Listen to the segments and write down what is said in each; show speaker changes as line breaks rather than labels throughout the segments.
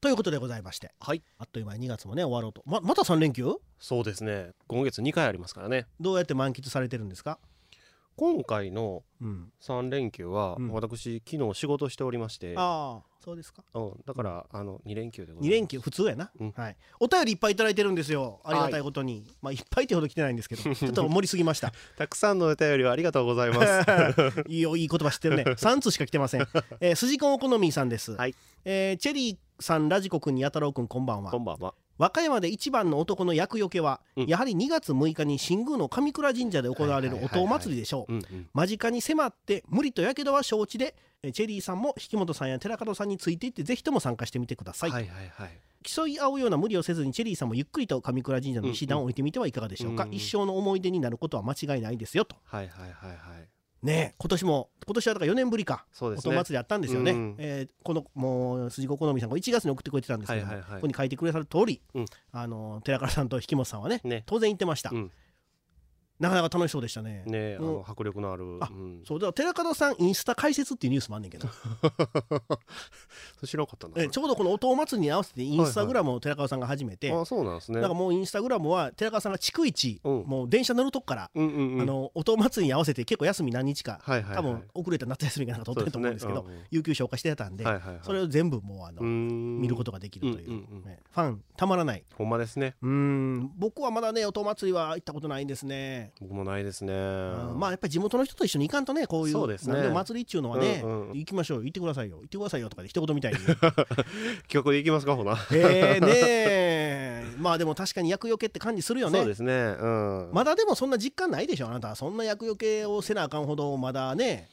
ということでございまして
はい
あっという間に2月もね終わろうとままた3連休
そうですね今月2回ありますからね
どうやって満喫されてるんですか
今回の
うん
3連休は、
うん
私昨日仕事しておりまして、
ああそうですか
うん、だからあの2連休でございます
2連休普通やな、
うん
はい、お便りいっぱいいただいてるんですよありがたいことに、い、まあいっぱいってほど来てないんですけ どちょっと盛りすぎました
たくさんのお便りをありがとうございます
いいよいい言葉知ってる ね3通しか来てません、えー、筋子お好みさんです、
はい
えーチェリーさんラジコくんにやたろうくんこんばんは
こんばんは
和歌山で一番の男の厄除けは、
うん
やはり2月6日に新宮の神倉神社で行われる
は
お
いはいはいはい
塔祭りでしょう、
うんうん
間近に迫って無理とやけどは承知でえーチェリーさんも引本さんや寺門さんについていってぜひとも参加してみてくださ、
はいいはいはい
競い合うような無理をせずにチェリーさんもゆっくりと神倉神社の石段を置いてみてはいかがでしょうか、
うんうん
一生の思い出になることは間違いないですよと
はいはいはいはい
ねえ今年も今年はだから4年ぶりか
そ
お
うです
と
ね
祭りあったんですよね、
うん
えーこのもう筋子好みさんが1月に送ってくれてたんですけども、
はいはいはい
ここに書いてくれた通り、
うん
あの寺門さんと引本さんはね
ね
当然行ってました、
うん
なかなか楽しそうでしたね
ねあ
もう
の迫力のある
あ
うん
そうだから寺門さんインスタ解説っていうニュースもあんねんけど
知らなかったな
えちょうどこのお父祭りに合わせてインスタグラムを寺門さんが始めて、
あそうなんですね
だからもうインスタグラムは寺川さんが逐一、
うん
もう電車乗るとこから、
うんうんうん
あの音祭りに合わせて結構休み何日か、
はいはいはい
多分遅れた夏休みかなんか取ってると思うんですけど
そうね
有給消化してたん
う
で、
んうんはいはいはい
それを全部もうあの、見
見
ることができるという、
うんうんうん
ねファンたまらない
ほんまですね
うーん僕はまだね音祭りは行ったことないんですね、
僕もないですね
うんまあやっぱり地元の人と一緒に行かんとねこういう
そうですね
なんでも祭りっちゅうのはね、
うんうん
行きましょう行ってくださいよ行ってくださいよとかで一言みたいに
企画でいきますかほな
えーねえまあでも確かに厄除けって感じするよね
そうですねうん
まだでもそんな実感ないでしょあなたそんな厄除けをせなあかんほどまだね、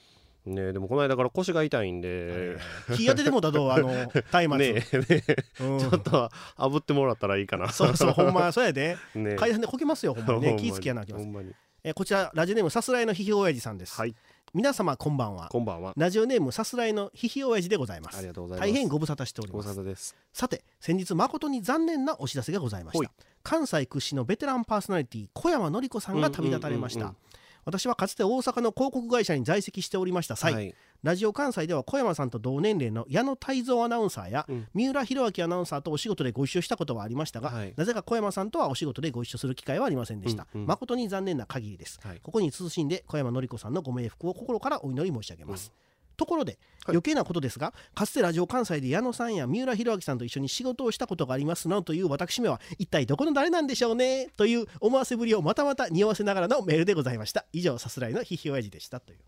ねでもこの間から腰が痛いんで
あれ日当てでもだとあ の松明、
ねえねえ
うん
ちょっと炙ってもらったらいいかな
そうそうほんまそうやで
ねえ
階段でこけますよほんまに
ほ
ね
んまに
気ぃつけやなあきま
ほ
す
んまに
えーこちらラジオネームさすらいのひひおやじさんです、
はい
皆様こんばんは
こんばんは
ラジオネームさすらいのひひおやじでございま
あ
す
りがとうございます
大変ご無沙汰しており
ご
ま
無沙
す
汰です
さて先日誠に残念なお知らせがございまし
ほい
た関西屈指のベテランパーソナリティ小山典子さんが旅立たれまし
うんうん
た
うん
私はかつて大阪の広告会社に在籍しておりました際、
はい
ラジオ関西では小山さんと同年齢の矢野泰造アナウンサーや、
うん
三浦弘明アナウンサーとお仕事でご一緒したことはありましたが、
はい
なぜか小山さんとはお仕事でご一緒する機会はありませんでした、
うんうん
誠に残念な限りです、
はい
ここに謹んで小山典子さんのご冥福を心からお祈り申し上げます、ところで、余計なことですがかつてラジオ関西で矢野さんや三浦弘明さんと一緒に仕事をしたことがありますなどという私めは一体どこの誰なんでしょうねという思わせぶりをまたまた匂わせながらのメールでございました以上さすらいのひひおやじでしたという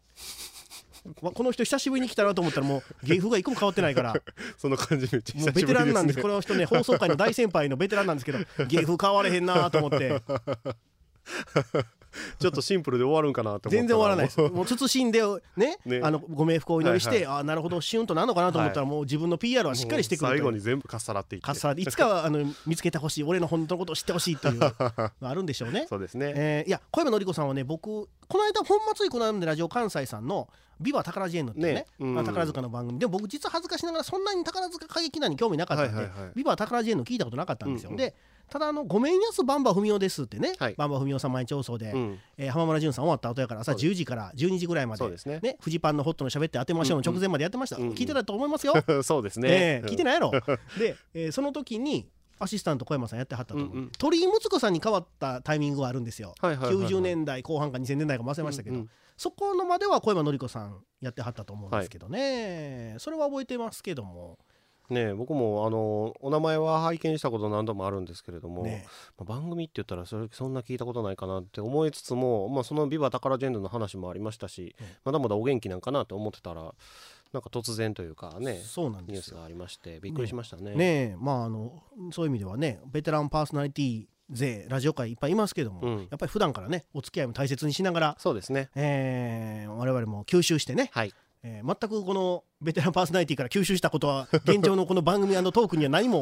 まこの人久しぶりに来たなと思ったらもう芸風が一個も変わってないから
その感じめっちゃ久
もう
しぶ
ベ
り
テランなんです
ね
この人ね放送界の大先輩のベテランなんですけど芸風変われへんなと思って
ちょっとシンプルで終わるんかなって思った
全然終わらない です
もう
もう慎んでね
ね
あのご冥福をお祈りして、ああなるほどシュンとなるのかなと思ったらもう自分の PR はしっかりしてくるとい
最
う
後に全部かっさらっていって
かっさらいつかはあの見つけてほしい俺の本当のことを知ってほしいっていうのがあるんでしょうね。
そうですね
えーいや小山典子さんはね僕この間本祭りこの間でラジオ関西さんの「ビバ宝ジェーンヌ」っていうね
ねうん
まあ宝塚の番組でも僕実は恥ずかしながらそんなに宝塚歌劇団に興味なかったんで「
はいはいはい
ビバ宝ジェーンヌ」聞いたことなかったんですよ、
うんうん
でただあの「ごめんやすばんばふみおです」ってね、
はい
ばんばふみおさん毎日放送で、
うん
えー浜村淳さん終わった後やから朝
そうです
10時から12時ぐらいまで
そうですね
フジパンのホットの喋って当てましょうの直前までやってました、
うんうん
聞いてたと思いますよ
そうです
え
ね
え聞いて
ない
ないや ろで、えーその時にアシスタント小山さんやってはったと思う、
うんうん
鳥居睦子さんに変わったタイミングはあるんですよ、
はいはいはいはい
90年代後半か2000年代かも忘れましたけど、
うんうん
そこのまでは小山典子さんやってはったと思うんですけどね、それは覚えてますけども
ねえ僕もあのお名前は拝見したこと何度もあるんですけれども
ね
まあ番組って言ったらそれそんな聞いたことないかなって思いつつもまあその「ビバ宝ジェンド」の話もありましたし
うん
まだまだお元気なんかなと思ってたらなんか突然というかね
そうなん
ニュ
で
ー
す
ス
よ
がありましてびっくりしましたね
ねえまああのそういう意味ではねベテランパーソナリティ勢ラジオ界いっぱいいますけども、
うん
やっぱり普段からねお付き合いも大切にしながら、
そうですね
えー我々も吸収してね
はい
えー 全くこのベテランパーソナリティから吸収したことは現状のこの番組トークには何も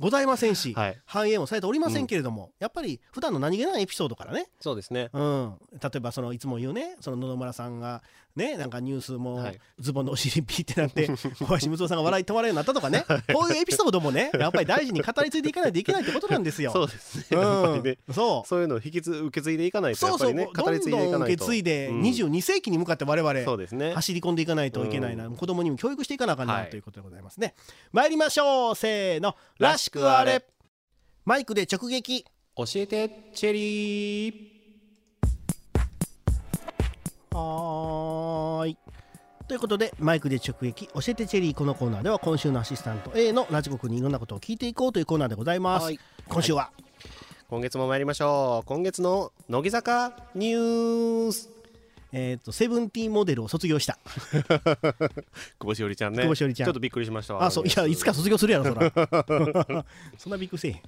ございませんし、
はい
反映もされておりませんけれども、やっぱり普段の何気ないエピソードからね、
そうですね
うん、例えばそのいつも言うねその野々村さんがねなんかニュースも
はい
ズボンのお尻ピーってなって小林睦夫さんが笑い止まれるようになったとかねこういうエピソードも ねやっぱり大事に語り継いでいかないといけないってことなんですよ。
そうです
う
ねやっぱり
ん
ね
そう
そういうのを引きつ受け継いでいかないと
そ
や
う
っぱ
そう
りね
ど
語り継いでい
ん
か
どん受
な
け
いと
継いで
うん
22世紀に向かって我
そう
々
ですね
走り込んでいかないといけないな、
う
子供にも教育していかなあかんな、
はい
ということでございますね参りましょうせーのらしくあれマイクで直撃
教えてチェリー
はーい。ということでマイクで直撃教えてチェリーこのコーナーでは今週のアシスタント A のラジコ君にいろんなことを聞いていこうというコーナーでございます、
はい
今週は、
今月も参りましょう今月の乃木坂ニュース
えっ、とセブンティーンモデルを卒業した
久保しおりちゃんね
久保史緒里ちゃん
ちょっとびっくりしましたわ
あそういやいつか卒業するやろそ らそんなびっくりせえへん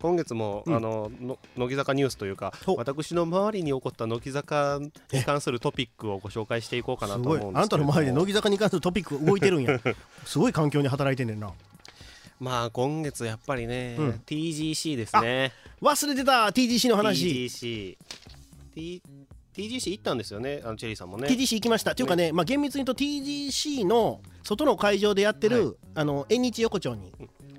今月も、あのの乃木坂ニュースというか
ほう
私の周りに起こった乃木坂に関するトピックをご紹介していこうかな
す
と思
ご
う
い
んですけれども
あなたの周りで乃木坂に関するトピック動いてるんやすごい環境に働いてんねんな
まあ今月やっぱりね、
うん
TGC ですね
忘れてた TGC の話
TGC T TGC 行ったんですよねあのチェリーさんもね
TGC 行きましたというかね、まあ、厳密に言うと TGC の外の会場でやってる、
は
あの縁日横丁に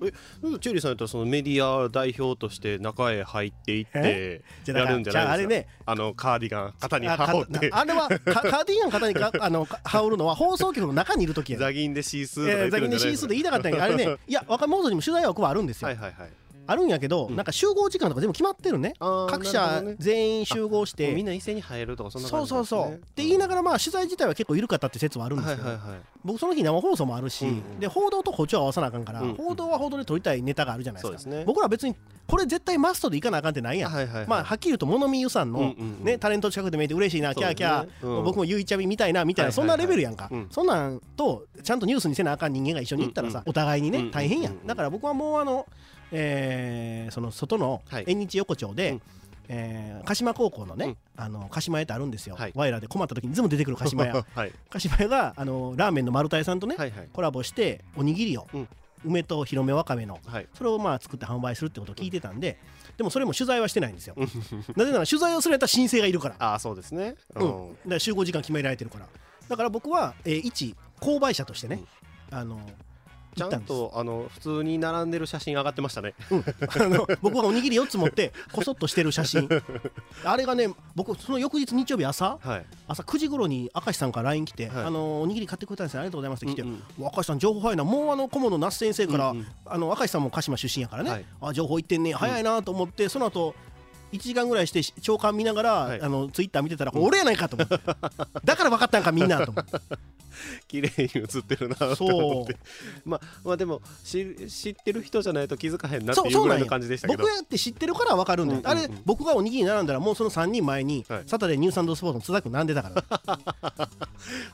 えなんでチェリーさんやったらそのメディア代表として中へ入っていって
じゃあだ
や
から
るんじゃないですか
じゃああれね
あのカーディガン肩に
あか
羽織って
なあれはかカーディガン肩に かあのか羽織るのは放送局の中にいる時やね
ザギンでシースーとか
え
言
ー
って
ザ
る
キ
ん
ネ
じ
シ
ゃない
ー
で
ス
す
ー
か
で言いたかったんやけどあれ ねいや若者にも取材枠はあるんですよ、
はいはいはい
あるんやけど、
うん
なんか集合時間とか全部決まってるね
あー
各
なる
社
ほどね
全員集合し
も
て
うみんな一斉に入るとかそんな
そ
感
う
じなん
そう
ですね
そうって言いながらまあ取材自体は結構緩かったって説はあるんです
は
け
い
ど、
はいはい
僕その日生放送もあるし、
うんうん
で報道と補聴を合わさなあかんから、
うんうん
報道は報道で撮りたいネタがあるじゃないですか
そうですね
僕らは別にこれ絶対マストでいかなあかんってないやん、
はいはいはい
まあはっきり言うとモノミユさんの、
うんうんうん
ね、タレント近くで見えて嬉しいな、
そ
キ
う
ャ
です
ー
ね
キャー、
うん
僕もゆいちゃみみたいなみたいな、
はいはいは
そん
い
なレベルやんか、
うん
そんなんとちゃんとニュースにせなあかん人間が一緒に行ったらさ、
うんうん
お互いにね、
うんうんうん
大変やんだから僕はもうあの、えーその外の
はい
縁日横丁で、
うん
えー鹿島高校のね、
うん
あの鹿島屋ってあるんですよ、
はい
我らで困った時にいつも出てくる鹿 島屋
はい
鹿島屋があのラーメンの丸太屋さんとね、
はいはい
コラボしておにぎりを、
うん
梅と広めわかめの
はい
それをまあ作って販売するってことを聞いてたんででもそれも取材はしてないんですよなぜなら取材をするやったら申請がいるから,、
ああそうですね
うん、だから集合時間決められてるからだから僕は、えー一購買者としてね、あの
ち
行
ゃ
った
ん
んです
とあの普通に並んでる写真上がってましたね
うん、あの僕がおにぎり4つ持ってこそっとしてる写 真あれがね僕その翌日日曜日朝
はい
朝9時頃に明石さんから LINE 来て、
はい
あのおにぎり買ってくれたんですよありがとうございますって来て、
うんうん
もう明石さん情報早いなもうあの顧問の那須先生から、
うんうん
あの明石さんも鹿島出身やからね、
はい
あ情報いってんね早いなと思って、その後1時間ぐらいして長官見ながら、
はい
あのツイッター見てたら、これ俺やないかと 思ってだから分かったんかみんなと思って
綺麗に写ってるなって思ってまあまあでもし知ってる人じゃないと気づかへんなって
そう
いう
そう
ぐ
なん
らい
や
の感じでしたけ
僕
ど
やって知ってるから分かるんだよ、
うんうんうん
あれ僕がおにぎり並んだらもうその3人前に、
はい
サタデーニューサンドスポーツの津田君並んでたから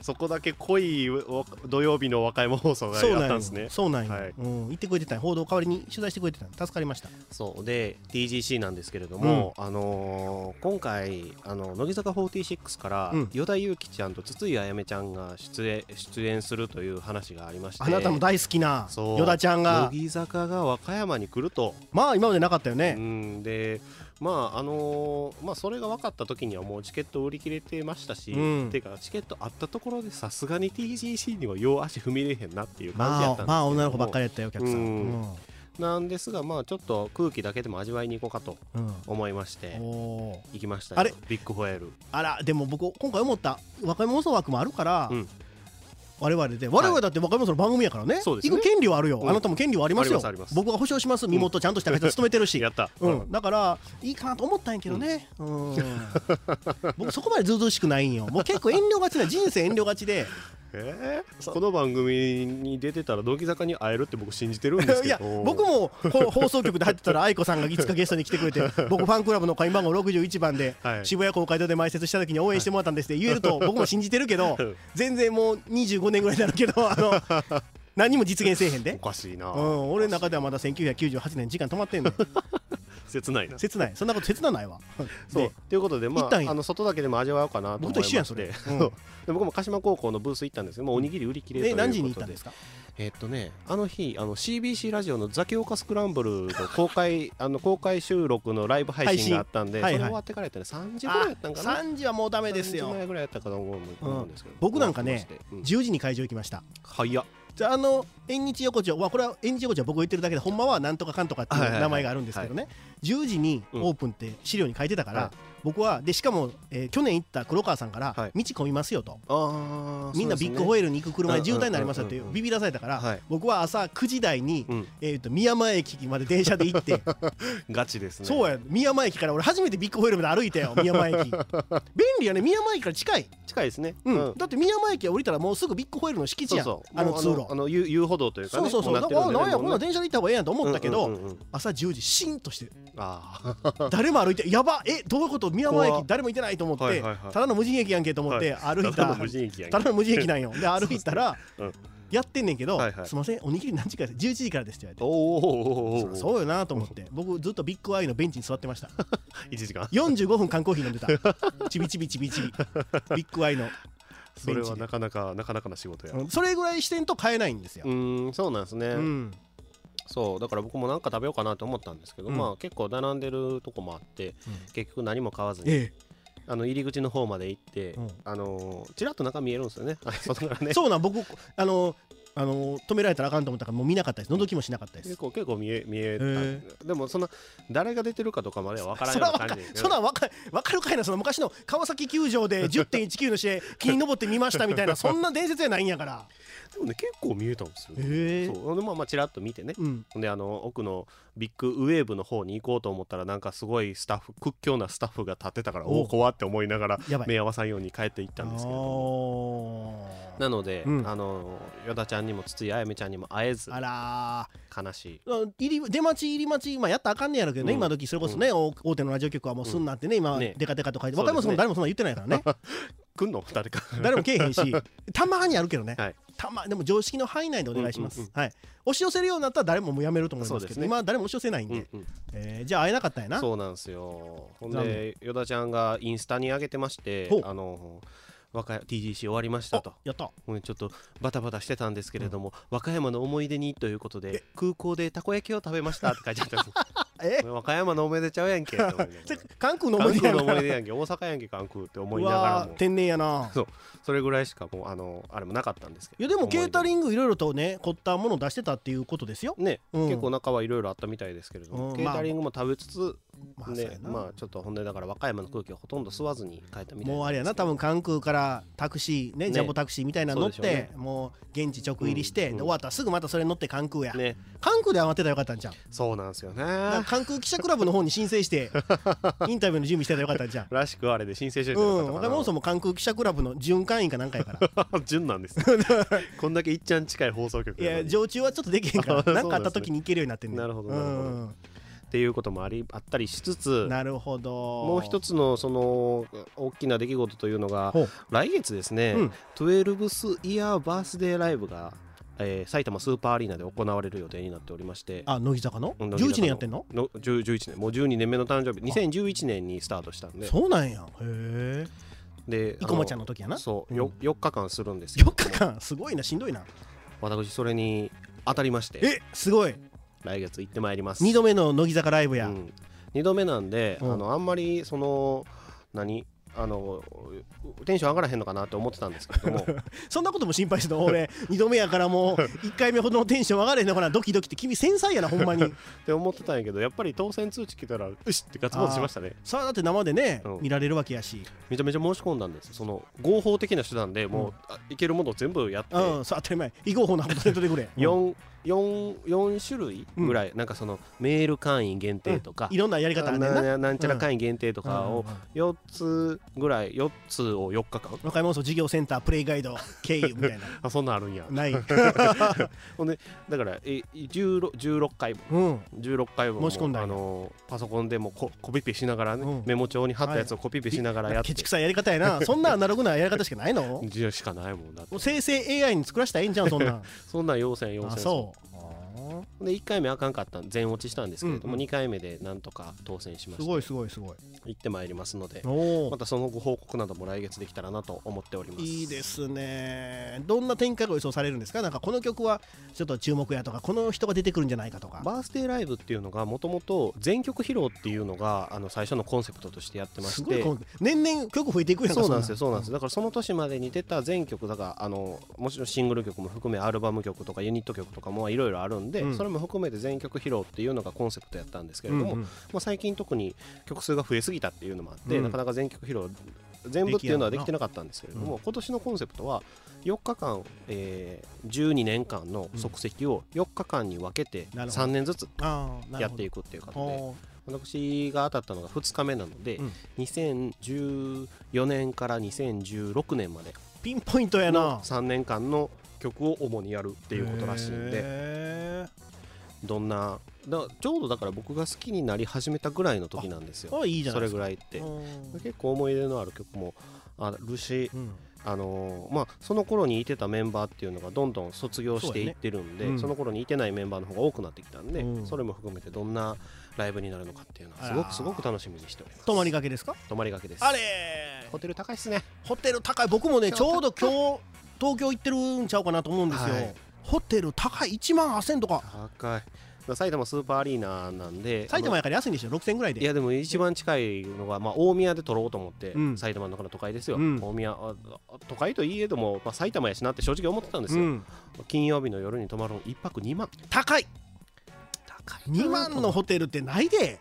そこだけ濃いお土曜日の和歌山放送があ
そうなん
った
よ
んですね
そうなんよ、
はい
うん、言ってくれてたんよ報道代わりに取材してくれてたんよ助かりました
そうで TGC なんですけれども、あのー今回あの乃木坂46から
うん
依田祐希ちゃんと筒井あやめちゃんが出演出演するという話がありまして
あなたも大好きな
そう
依田ちゃんが
乃木坂が和歌山に来ると、
まあ今までなかったよ
う
ね、
ん、でまああのーまあそれが分かった時にはもうチケット売り切れてましたし、
うん
てかチケットあったところでさすがに TGC にはよう足踏み入れへんなっていう感じや
ま
っ
あ
たんですけども、
まあ女の子ばっかりやったよお客さん、う
うんんなんですがまあちょっと空気だけでも味わいに行こうかと
うん
思いまして
おー
行きました
あれ
よビッグホエール
あらでも僕今回思った若い者枠もあるから、
うん
我々で我々だって若い者の番組やからね,、
そうですね
行く権利はあるよ、
うん
あなたも権利はありますよ
ありますあります
僕が保証します身元ちゃんとした会社勤めてるし、
やった、
う、
うん
だからいいかなと思ったんやけどね、うん僕そこまでずうずうしくないんよもう結構遠慮がちな人生遠慮がちで
えーこの番組に出てたら乃木坂に会えるって僕信じてるんです
い
け
や
ど
僕もこう放送局で入ってたら愛子さんがいつかゲストに来てく れて僕ファンクラブの会員番号61番で
はい
渋谷公会堂で埋設した時に応援してもらったんですって言える と僕も信じてるけど
うん
全然もう25年ぐらいになるけどあの何も実現せえへんで
お。かしいな、
うん、俺の中ではまだ1998年時間止まってんのよ
切ないな
切ないそんなこと切なないわ
そう
で
ということで、ま
行ったん
あ、
や
あの外だけでも味わおうかなと思い
僕
ま
と一
して
緒やんそれ、うん
そうで僕も鹿島高校のブース行ったんですけどもうおにぎり売り切れという
え
ことで
何時に行ったんですか
えっとねあの日あの CBC ラジオの「ザキオカスクランブル」の公開 あの公開収録のライブ配
配
信
信
があったんで、
はいはい
それ終わってからやったら3時ぐらいや
あ
ったんかな
3時はもうダメです
3時
よ
前ぐらいやったかと思うん思うんですけど、
僕なんかね
終わってまして、
10時に会場行きました
うん、早っ
じゃああの縁日横丁はこれは縁日横丁は僕が言ってるだけでほんまはなんとかかんとかってい
はいはいうはい
名前があるんですけどね10時に
うん
オープンって資料に書いてたから、
はい
僕はでしかも、えー去年行った黒川さんから、
はい
道混みますよと
あ
みんなビッグ
イ
ホエールに行く車
うん
で渋滞になりますよっ
うん
て
うんうんうん
ビビらされたから、
はい
僕は朝9時台に、
うん
えー、と宮前駅まで電車で行 って、
ガチですね
そうや宮前駅から俺初めてビッグホエールまで歩いたよ宮前 駅便利やね宮前駅から近い、
近いですね
うんだって宮前駅降りたらもうすぐビッグホエールの敷地
そう
やん
そう
あの
もう
通路
あの遊遊歩道というか
そ
ね
うそうそう
も
だ
な
か
って
ら
る
あ
んで
なんやこんな
ね
電車で行った方がええやんと思ったけど、
うんうんうんうん
朝10時シーンとして
ああ
誰も歩いてやばえどういうこと宮前
怖っ
駅誰もいてないと思って、
はいはいはい
ただの無人駅やんけと思って歩いた、
ただの無人駅やんけ
ただの無人駅なんよで歩いたら
うん
やってんねんけど、
はいはい
すいませんおにぎり何時からです11時からですって言われて。
おーおーおーお
そ
ーおー
らそうよなと思って僕ずっとビッグアイのベンチに座ってました
一時間
45分缶コーヒー飲んでた ちびちびちびちびビッグアイの
そ
ベ
れ
ンチ
は
で
なかなかなかなかな仕事や
うんそれぐらいしてんと買えないんですよ
う、ーんそうなんですね、
うん
そうだから僕もなんか食べようかなと思ったんですけど、
うん
まあ結構並んでるとこもあって結局何も買わずに
え
あの入り口の方まで行って、
うん
あのーちらっと中見えるんですよ ねあ外からね
えそうなん僕あのあの止められたらあかんと思ったからもう見なかったです覗きもしなかったです
結構結構見え見えた、
へ
でもそんな誰が出てるかとかまでは分からん
そ
よ
ら
うな
わ
感
か
じですけ
そ
ど
らわかわかるかいなその昔の川崎球場 で10.19の試合気に登ってみましたみたいなそんな伝説やないんやから
でもね結構見えたんですよ、
へえ
そうでまあまあちらっと見てね
うん
ほんであの奥のビッグウェーブの方に行こうと思ったらなんかすごいスタッフ屈強なスタッフが立ってたから
おう
おお怖って思いながら
やばい
目合わさんように帰っていったんですけれども
あー
なので、
うん
あの依田ちゃんにも筒井あやめちゃんにも会えず
あらー
悲しい
うん入り出待ち入り待ち、まあ、やったらあかんねやろうけどね、
うん
今時それこそね、大大手のラジオ局はもうすんなってね、今
ね
デカデカと書いて
そうで
若
すね
いもそんな誰もそんな言ってないから ね
来んの誰か
誰もけえへん したまにあるけどね、
はい
たまでも常識の範囲内でお願いします、
うんうん
はい、押し寄せるようになったら誰ももうやめると思いま
そ
すけ
うです
ど
ね
今は誰も押し寄せないん
う
で、
んうん
えーじゃあ会えなかったんやな
そうなんですよほん
残
で依田ちゃんがインスタに上げてまして
ほう
あの若い TGC 終わりましたと
あやった
もうねちょっとバタバタしてたんですけれども、和歌山の思い出にということで空港でたこ焼きを食べましたって書いてあったんです
え
和歌山の思い出ちゃうやんけって思いながら
それ関空の思
関
い出
空
や
の
な
思い出やんけ大阪やんけ関空って思いうながら
わー
も
天然や な
それぐらいしかもうあのあれもなかったんですけ
い
ど
やでもケータリ
ン
ングいろいろとね凝ったものを出してたっていうことですよ、
グね、
うん
結構中はいろいろあったみたいですけれども、
うん
ケータリングも食べつつ、
まあそう
ね
やな、
まあちょっとほんでだから和歌山の空気をほとんど吸わずに帰ったみたいな
もうあれやな多分関空からタクシーね
ね
ジャンボタクシーみたいなの乗っ
そうでしょうね
てもう現地直入りして
うん
で終わったらすぐまたそれ乗って関空や
ね
関空で余ってたらよかったんじゃん
そうなんですよね
なんか関空記者クラブの方に申請して インタビューの準備してたらよかったんじゃん
らしくあれで申請して
う
た
ん
か
若 者さんも関空記者クラブの準会員かなんかやから
純なんですよこんだけいっちゃん近い放送局
い
なの
や
に
常駐はちょっとできへんか
あそう
ら
な
なん
んですね
かあった時に行けるようになってんねん
なるほど
う
なるほど
ん
っていうこともありあったりしつつ
なるほど
もう一つのその大きな出来事というのが
ほう
来月ですね、
うん
12スイヤーバースデーライブが、えー埼玉スーパーアリーナで行われる予定になっておりまして
あ乃木坂の
うん乃木坂
11年やってんの
の10 11年もう12年目の誕生日2011年にスタートしたんで
そうなんやへえ
で
生駒ちゃん
の
の時やな
そう、
うん
よ4日間するんですけど
4日間すごいなしんどいな
私それに当たりまして
えすごい
来月行ってまいります
2度目の乃木坂ライブや、
うん、2度目なんで、
うん
あのあんまりその何あのテンション上がらへんのかなって思ってたんですけ ども
そんなことも心配してた 俺2度目やからもう1回目ほどのテンション上がれへんのかなドキドキって君繊細やなほんま に
って思ってたんやけどやっぱり当選通知来たらうしってガツガツしましたね
さあだって生でね、
うん
見られるわけやし、
めちゃめちゃ申し込んだんですその合法的な手段で
う
もう、
ん
あいけるものを全部やって、
うんそう当たり前異合法なことでとってくれ
4, 4, 4種類ぐらい、なんかそのメール会員限定とか、
いろんなやり方あんねんな
なななんちゃら会員限定とか
う
を
んうんうん
4つぐらい4つを4日間
若い者層事業センタープレイガ イド経由みたいな
あそんなんあるんや
ない、
ほんでだからえ 16, 16回分
うん、
16回分も
申し込んだんや
あのパソコンでもココピペしながらね、
うん
メモ帳に貼ったやつをコピペしながらやって、
ケチくさいやり方や なそんなアナログなやり方しかないのも
じゃしかないもんだって
う生成 AI に作らせたらええんじゃんそんなん
そんなん要せん要
あ
せん
そう
で1回目あかんかったん全落ちしたんですけれども、
うんうん
2回目でなんとか当選しますし
ごいすごいすごい
て行ってまいりますので
おお
またそのご報告なども来月できたらなと思っております
いいですねどんな展開が予想されるんですかなんかこの曲はちょっと注目やとかこの人が出てくるんじゃないかとか
バースデーライブっていうのがもともと全曲披露っていうのがあの最初のコンセプトとしてやってますし
ごい
て
こう年々曲増えていくやんか
そうなんですよそうなんですすだからその年までに出た全曲だからあのもちろんシングル曲も含めアルバム曲とかユニット曲とかもいろいろあるんで、
うん
それも含めて全曲披露っていうのがコンセプトやったんですけれども、
うんうん
まあ、最近特に曲数が増えすぎたっていうのもあって、
うん
なかなか全曲披露全部っていうのはできてなかったんですけれども、
う
今年のコンセプトは4日間、えー12年間の足跡を4日間に分けて
なるほど
3年ずつ
ああなる
やっ
ほ
て
ど
いくっていう形で
おー
私が当たったのが2日目なので、
うん
2014年から2016年まで
ピンポイントやな
の3年間の曲を主にやるっていうことらしいんで
へ
どんなだちょうどだから僕が好きになり始めたぐらいの時なんです
ー
よ
あいいじゃな
そ
いで
れ
す
ぐ
から
いって
うん
結構思い出のある曲もあるし
うん
あのーまあ、その頃にいてたメンバーっていうのがどんどん卒業していってる
そ
んで
う
そ
やねうん
の頃にいてないメンバーの方が多くなってきたんで、
うん
それも含めてどんなライブになるのかっていうのはすご
あら
くすごく楽しみにしております
泊まりがけですか
泊まりがけです
あれ
ホテル高いっすね
ホテル高い僕もねちょうど今日東京行ってるんちゃうかなと思うんですよ、
はい
ホテル高い1万8000とか
高いまあ埼玉スーパーアリーナなんで
埼玉
あ
やから安いんでしょ6000ぐらい
の
で
いやでも一番近いのが、まあ、大宮で撮ろうと思って、
うん
埼玉の中の都会ですよ、
うん
大宮ああ都会といえども、まあ、埼玉やしなって正直思ってたんです
う
よ、
ん、
金曜日の夜に泊まるの1泊2万
高い
高い
2万のホテルってないで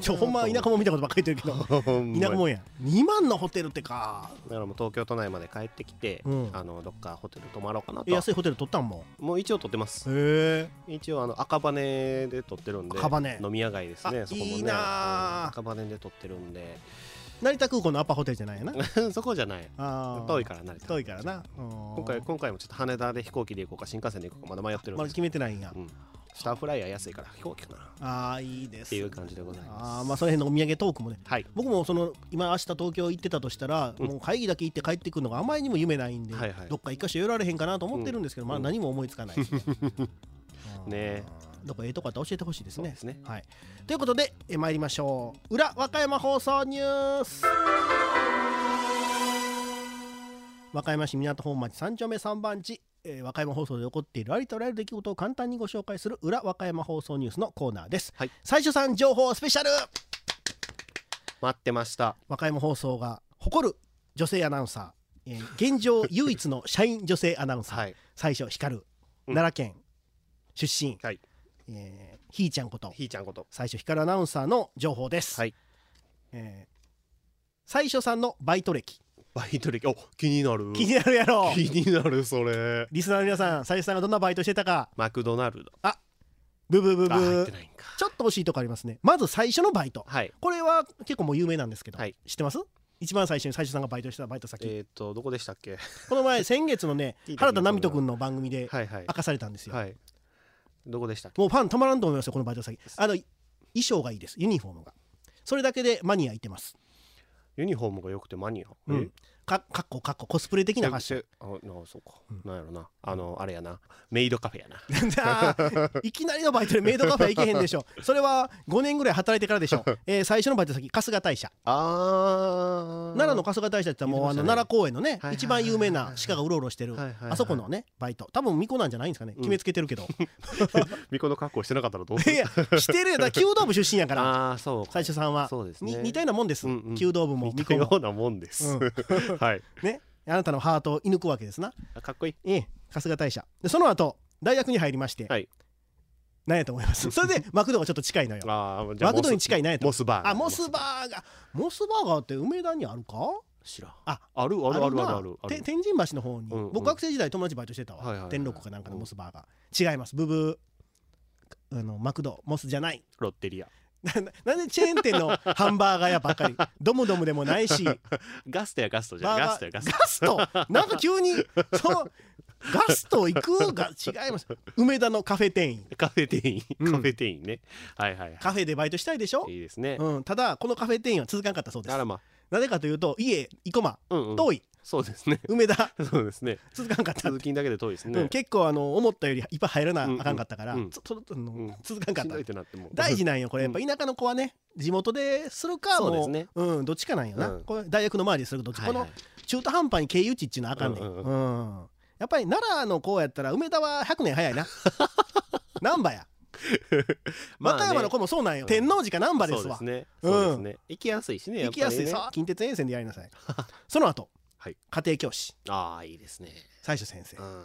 ちょほんま 田舎も見たことばっかり言ってるけど田舎もんや2万のホテルってか
だからもう東京都内まで帰ってきて、
うん
あのどっかホテル泊まろうかなと
安いホテル取ったんも
もう一応撮ってます
んへえ
一応あの赤羽で撮ってるんで
赤羽
飲み屋街ですね
あ
そこもね
いいなあ
うん赤羽で撮ってるんで
成田空港のアパホテルじゃないよな
そこじゃない
あー
遠いから慣れて
遠いからな今
今回今回もちょっと羽田で飛行機で行こうか新幹線で行こうかまだ迷ってるん
ま
で
だ
す
決めてないんや、
けど、うん、スターフライヤー安いから飛行機かなっ
ああいいです
ていう感じでございます
あーまあその辺のお土産トークもね
はい
僕もその今明日東京行ってたとしたら、
うん
もう会議だけ行って帰ってくるのがあまりにも夢ないんで、
はいはい
どっか一箇所寄られへんかなと思ってるんですけど、
うん
まあ何も思いつかないです ね。うん
ね
どこええとこあったら教えてほしいです
そう
ね
ですね
はい。ということでえ参りましょう。裏和歌山放送ニュース。和歌山市港本町三丁目三番地、えー和歌山放送で起こっているありとあらゆる出来事を簡単にご紹介する裏和歌山放送ニュースのコーナーです。
はい
最初さん情報スペシャル。
待ってました
和歌山放送が誇る女性アナウンサー、えー現状唯一の社員女性アナウンサー、
はい
最初光る、
うん
奈良県出身、
はい
えーひーちゃんこと
ひーちゃんこと
最初光るアナウンサーの情報です、
はい
えー最初さんのバイト歴
バイト歴お気になる
気になるやろ
気になるそれ
リスナーの皆さん最初さんがどんなバイトしてたか
マクドナルド
ブブブ
あ入って
ブ
ないんか
ちょっと惜しいとこありますねまず最初のバイト
はい
これは結構もう有名なんですけど、
はい
知ってます一番最初に最初さんがバイトしてたバイト先、
えっとどこでしたっけ
この前先月のね
聞いた
原田波人君の番組で
はいはい
明かされたんですよ、
はいどこでしたっけ
もうファンたまらんと思いますよこのバイト先あの衣装がいいですユニフォームがそれだけでマニアいてます、
ユニフォームが良くてマニア
う
え
ん、かかっこかっこコスプレ的なファッション
せせあなそうか、なんやろなあのあれやなメイドカフェやな
あーいきなりのバイトでメイドカフェ行けへんでしょ それは5年ぐらい働いてからでしょ、えー最初のバイト先春日大社
あー
奈良の春日大社って言ったらもうあの
言ってましたね
奈良公園のね
はいはい
一番有名な鹿がうろうろしてる
はいはいはい
あそこのねバイト多分巫女なんじゃないんですかね決めつけてるけど
巫女の格好してなかったらどうす
い
る
やしてるよだから弓道部出身やから
ああーそうか
最初さんは
そうですね
に似たようなもんです
うんうん
弓道部も
似
巫
た
女
よ
も
うなもんです、
う
はい
ね、あなたのハートを射抜くわけですな、
あかっこいい
ええ、春日大社でその後大学に入りまして、
はい
なんやと思い ますそれでマクドがちょっと近いのよ
あーじゃあ
マクドに近いなんやと
モスバーガー
あモスバーガーモスバーガーって梅田にあるか
知らん
あ
あるあるあるある
な
あるあ
て
る
天神橋の方に、
うんうん
僕学生時代友達バイトしてたわ、
はいはいはい
天禄かなんかのモスバーガー違いますブブーあのマクドモスじゃない
ロッテリア
なななんでチェーン店のハンバーガー屋ばっかりドムドムでもないし
ガストやガストじゃ
バ
ん
ー
ガ
ガ
ス
ー
トやガスト
ガストなんか急に そのガスト行くが違います梅田のカフェ店員
カフェ店
うん
員カフェ店員ね、はいはいは
カフェでバイトしたいでしょ
い、いいですね、
うん、ただこのカフェ店員は続かなかったそうです
あらま
なぜかというと家生駒
うんうん
遠い、
そうですね
梅田
そうですね
続かんかった
通勤だけで遠いです
うん
ね
結構あの思ったよりいっぱい入らなあかんかったから、
うんうん
つとあの
うん
続かんか
し
っ
ん
た
どいってなっても
大事なんよこれやっ
うん
ぱ田舎の子はね地元でするか
そうで
も
す
う、
ね
うん、どっちかなんよな、
うん
これ大学の周りでするかどっち、
はいはい
この中途半端に経由地っちゅうのはあかんねん、
う
うんん
うん
やっぱり奈良の子やったら梅田は100年早いな 難波や
まあ
和
ね
歌山の子もそうなんよ、
うん
天王寺か難波です
そうで
わ
すね
うん
そうですね行きやすいしねやっ
行
ぱ
き
りね
やすいさあ近鉄沿線でやりな さいその後、
はい
家庭教師
ああいいですね
最初先生
うん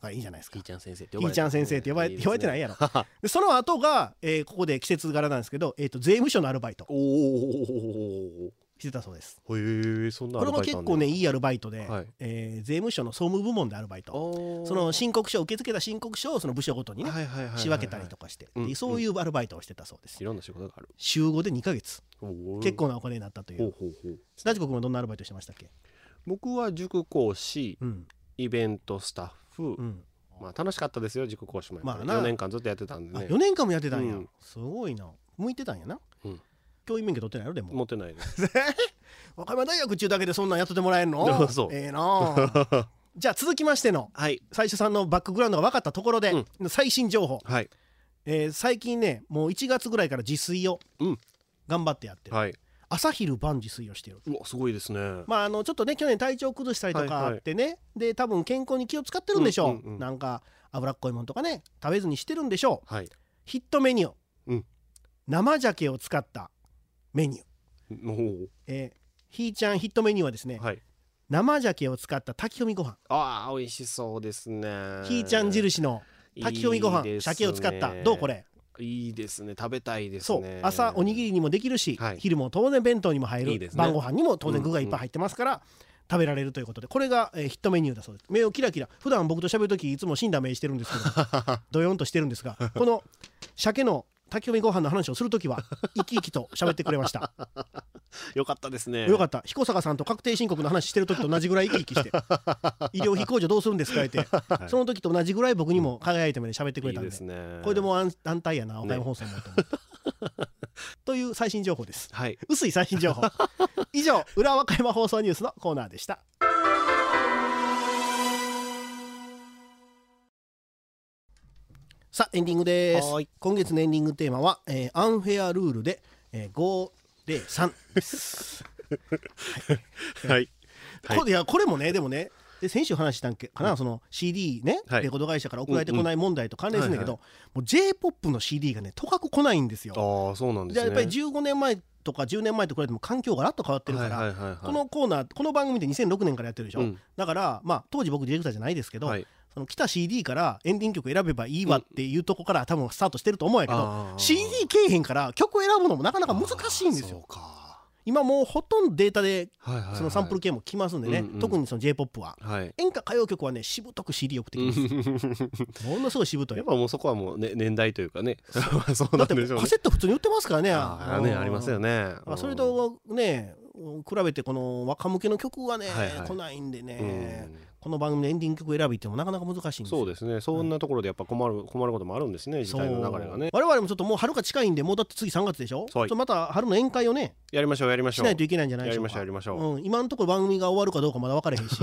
がいいじゃないですか
ひーちゃん先生って
いいちゃん先生って呼ばれ呼ばれてない
や
やろでその後が、えーここで季節柄なんですけど、えー、と税務署のアルバイト
おお
してたそうです
へえそんな
これも結構ねいいアルバイトで、
はい
えー税務署の総務部門でアルバイトそ
そ
の申告書受け付けた申告書をその部署ごとにね
はいはいはいはい
仕分けたりとかして、
うん
でそういうアルバイトをしてたそうです、
いろんな仕事がある
週5で2ヶ月結構なお金になったとい
ほ
う
うほうほう
ラジコ君はどんなアルバイトしてましたっけ
僕は塾講師
うん
イベントスタッフ、
うん
まあ楽しかったですよ塾講師もやっぱり
まあな
4年間ずっとやってたんで
あ
ね
4年間もやってたんや、
うん
すごいな向いてたんやな、
うん
教員免許取ってないのでも
持ってないです
和歌山大学っちゅうだけでそんなんやっててもらえんの
そうそう
ええな あじゃあ続きましての
はい
最初さんのバックグラウンドが分かったところで、最新情報、
はい
えー最近ねもう1月ぐらいから自炊を
うん
頑張ってやってる、
はい
朝昼晩自炊をしてる
うわすごいですね
まああのちょっとね去年体調崩したりとか
はい
あ
はい
ってね、で多分健康に気を使ってるんでしょう,、
うんうんうん
なんか脂っこいもんとかね食べずにしてるんでしょう
はい
ヒットメニュー、
うん
生鮭を使ったメニュー、
もう
えーひーちゃんヒットメニューはですね、
はい
生鮭を使った炊き込みご飯
ああ美味しそうですね
ひーちゃん印の炊き込みご飯
いいですね
鮭を使ったどうこれ
いいですね食べたいです
そう
ね
朝おにぎりにもできるし、
はい
昼も当然弁当にも入る
いいですね
晩ご飯にも当然具がいっぱい入ってますから、食べられるということでこれが、えーヒットメニューだそうです目をキラキラ普段僕と喋るときいつも死んだ目してるんですけ どドヨンとしてるんですがこの鮭の炊き込みご飯の話をするときは生き生きと喋ってくれま した
よかったですね
よか
っ
った彦坂さんと確定申告の話してる時と同じぐらい生き生きして 医療費控除どうするんですかって、
い
その時と同じぐらい僕にも輝いてまで喋ってくれ
い
た
い
んで
ですね
これでもう安安泰やな
ね
岡山放送もと思った、 という最新情報です
はい
薄い最新情報 以上裏和歌山放送ニュースのコーナーでしたさあエンディングです
はーい
今月のエンディングテーマは、えーアンフェアルールで、えー、503です
はいはい
こいやこれもねでもねで先週話したんけかな、その CD ね、
はい
レコード会社から送られてこない問題と関連するんだけど、もう j p o p の CD がねとかく来ないんですよ。
ああそうなんですね
じゃあやっぱり15年前とか10年前と比べても環境がガラッと変わってるから、
はいはいはいはい、
このコーナーこの番組で2006年からやってるでしょ、
うん
だから、まあ、当時僕ディレクターじゃないですけど、
はい
その来た CD からエンディング曲選べばいいわっていうとこから多分スタートしてると思うんやけど、
あー
CD けえへんから曲選ぶのもなかなか難しいんです
あーそ
よ
うか
今もうほとんどデータで
はいはいはい
そのサンプル系も来ますんでね、
うんうん
特にその j p o p は
はい
演歌歌謡曲はねしぶとく CD 送ってきます、 ものすごいしぶとい
やっぱもうそこはもう、ね、年代というかね そう
だ
な
って
んでしょうね
カセット普通に売ってますからね
ああね
うん
ありますよね
まあそれとね比べてこの若向けの曲はね、
はいはい
来ないんで
うん
ね、この番組のエンディング曲選びっていうのもなかなか難しいんですよ
そうですねそんなところでやっぱ困る困ることもあるんですね時代の流れがね
そう我々もちょっともう春が近いんでもうだって次3月でしょ、
はい
ちょまた春の宴会をね
やりましょうやりまし
し
ょう
ないといけないんじゃない
や
でし
り
ょう
ま
か
しょうやりましょう、
うん、今のところ番組が終わるかどうかまだ分かれへ んし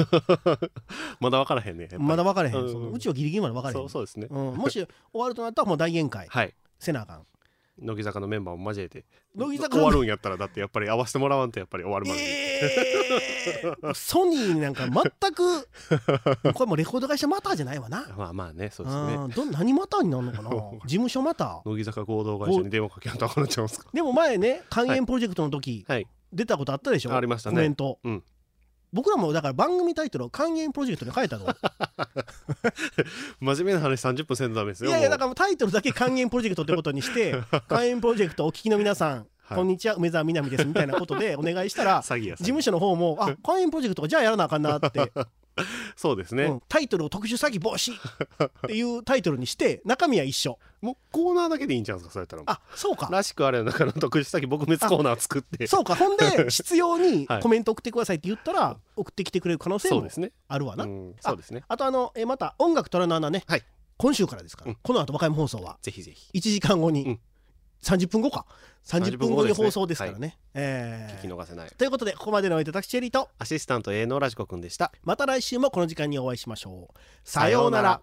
まだ分からへんねやっぱり
まだ分かれへん
うん
そのうちはギリギリまで分かれへ
そ
ん
うそうですね
うん、もし終わるとなったらもう大宴会
はい
せなあかん
乃木坂のメンバーも交えて
乃木坂
終
の
わるんやったらだってやっぱり合わせてもらわんとやっぱり終わるまでに、
えー、ソニーなんか全 くこれもうレコード会社マターじゃないわな
まあまあねそうですね
あーど何マターになるのか な事務所マター
乃木坂合同会社に電話かけなとあかんなっちゃうんですか
でも前ね肝炎プロジェクトの時、
はい
出たことあったでしょ
ありましたね
コメント、
うん
僕らもだから番組タイトルを肝炎プロジェクトに変えた の
真面目な話30分せんとダメです
い
よ
やいや
も
だからもうタイトルだけ肝炎プロジェクトってことにして 肝炎プロジェクトお聞きの皆さん、
はい
こんにちは梅澤みなみですみたいなこと でお願いしたら
う詐欺や
事
詐欺
務所の方も「あ肝炎プロジェクトじゃあやらなあかんな」って、
そう ですね、
うんタイトルを特殊詐欺防止っていうタイトルにして中身は一緒
もうコーナーだけでいいんちゃうんですかそうやったらもう
あそうから
しくあれだから特殊詐欺撲滅コーナー作って
そうかほん で必要に
はい
コメント送ってくださいって言ったら送ってきてくれる可能性
そう
も
ですね
あるわな
うんそうですね
あとあの、えーまた音楽虎の穴ね、
はい
今週からですから、
うん
この後和歌山放送は
ぜひぜひ
1時間後に、
うん
30分後か30
30
分後
分後
に
ですね
放送ですからねえー
聞き逃せない
ということでここまでのおいた私チェリーと
アシスタント A のラジコくんでした
また来週もこの時間にお会いしましょうさようなら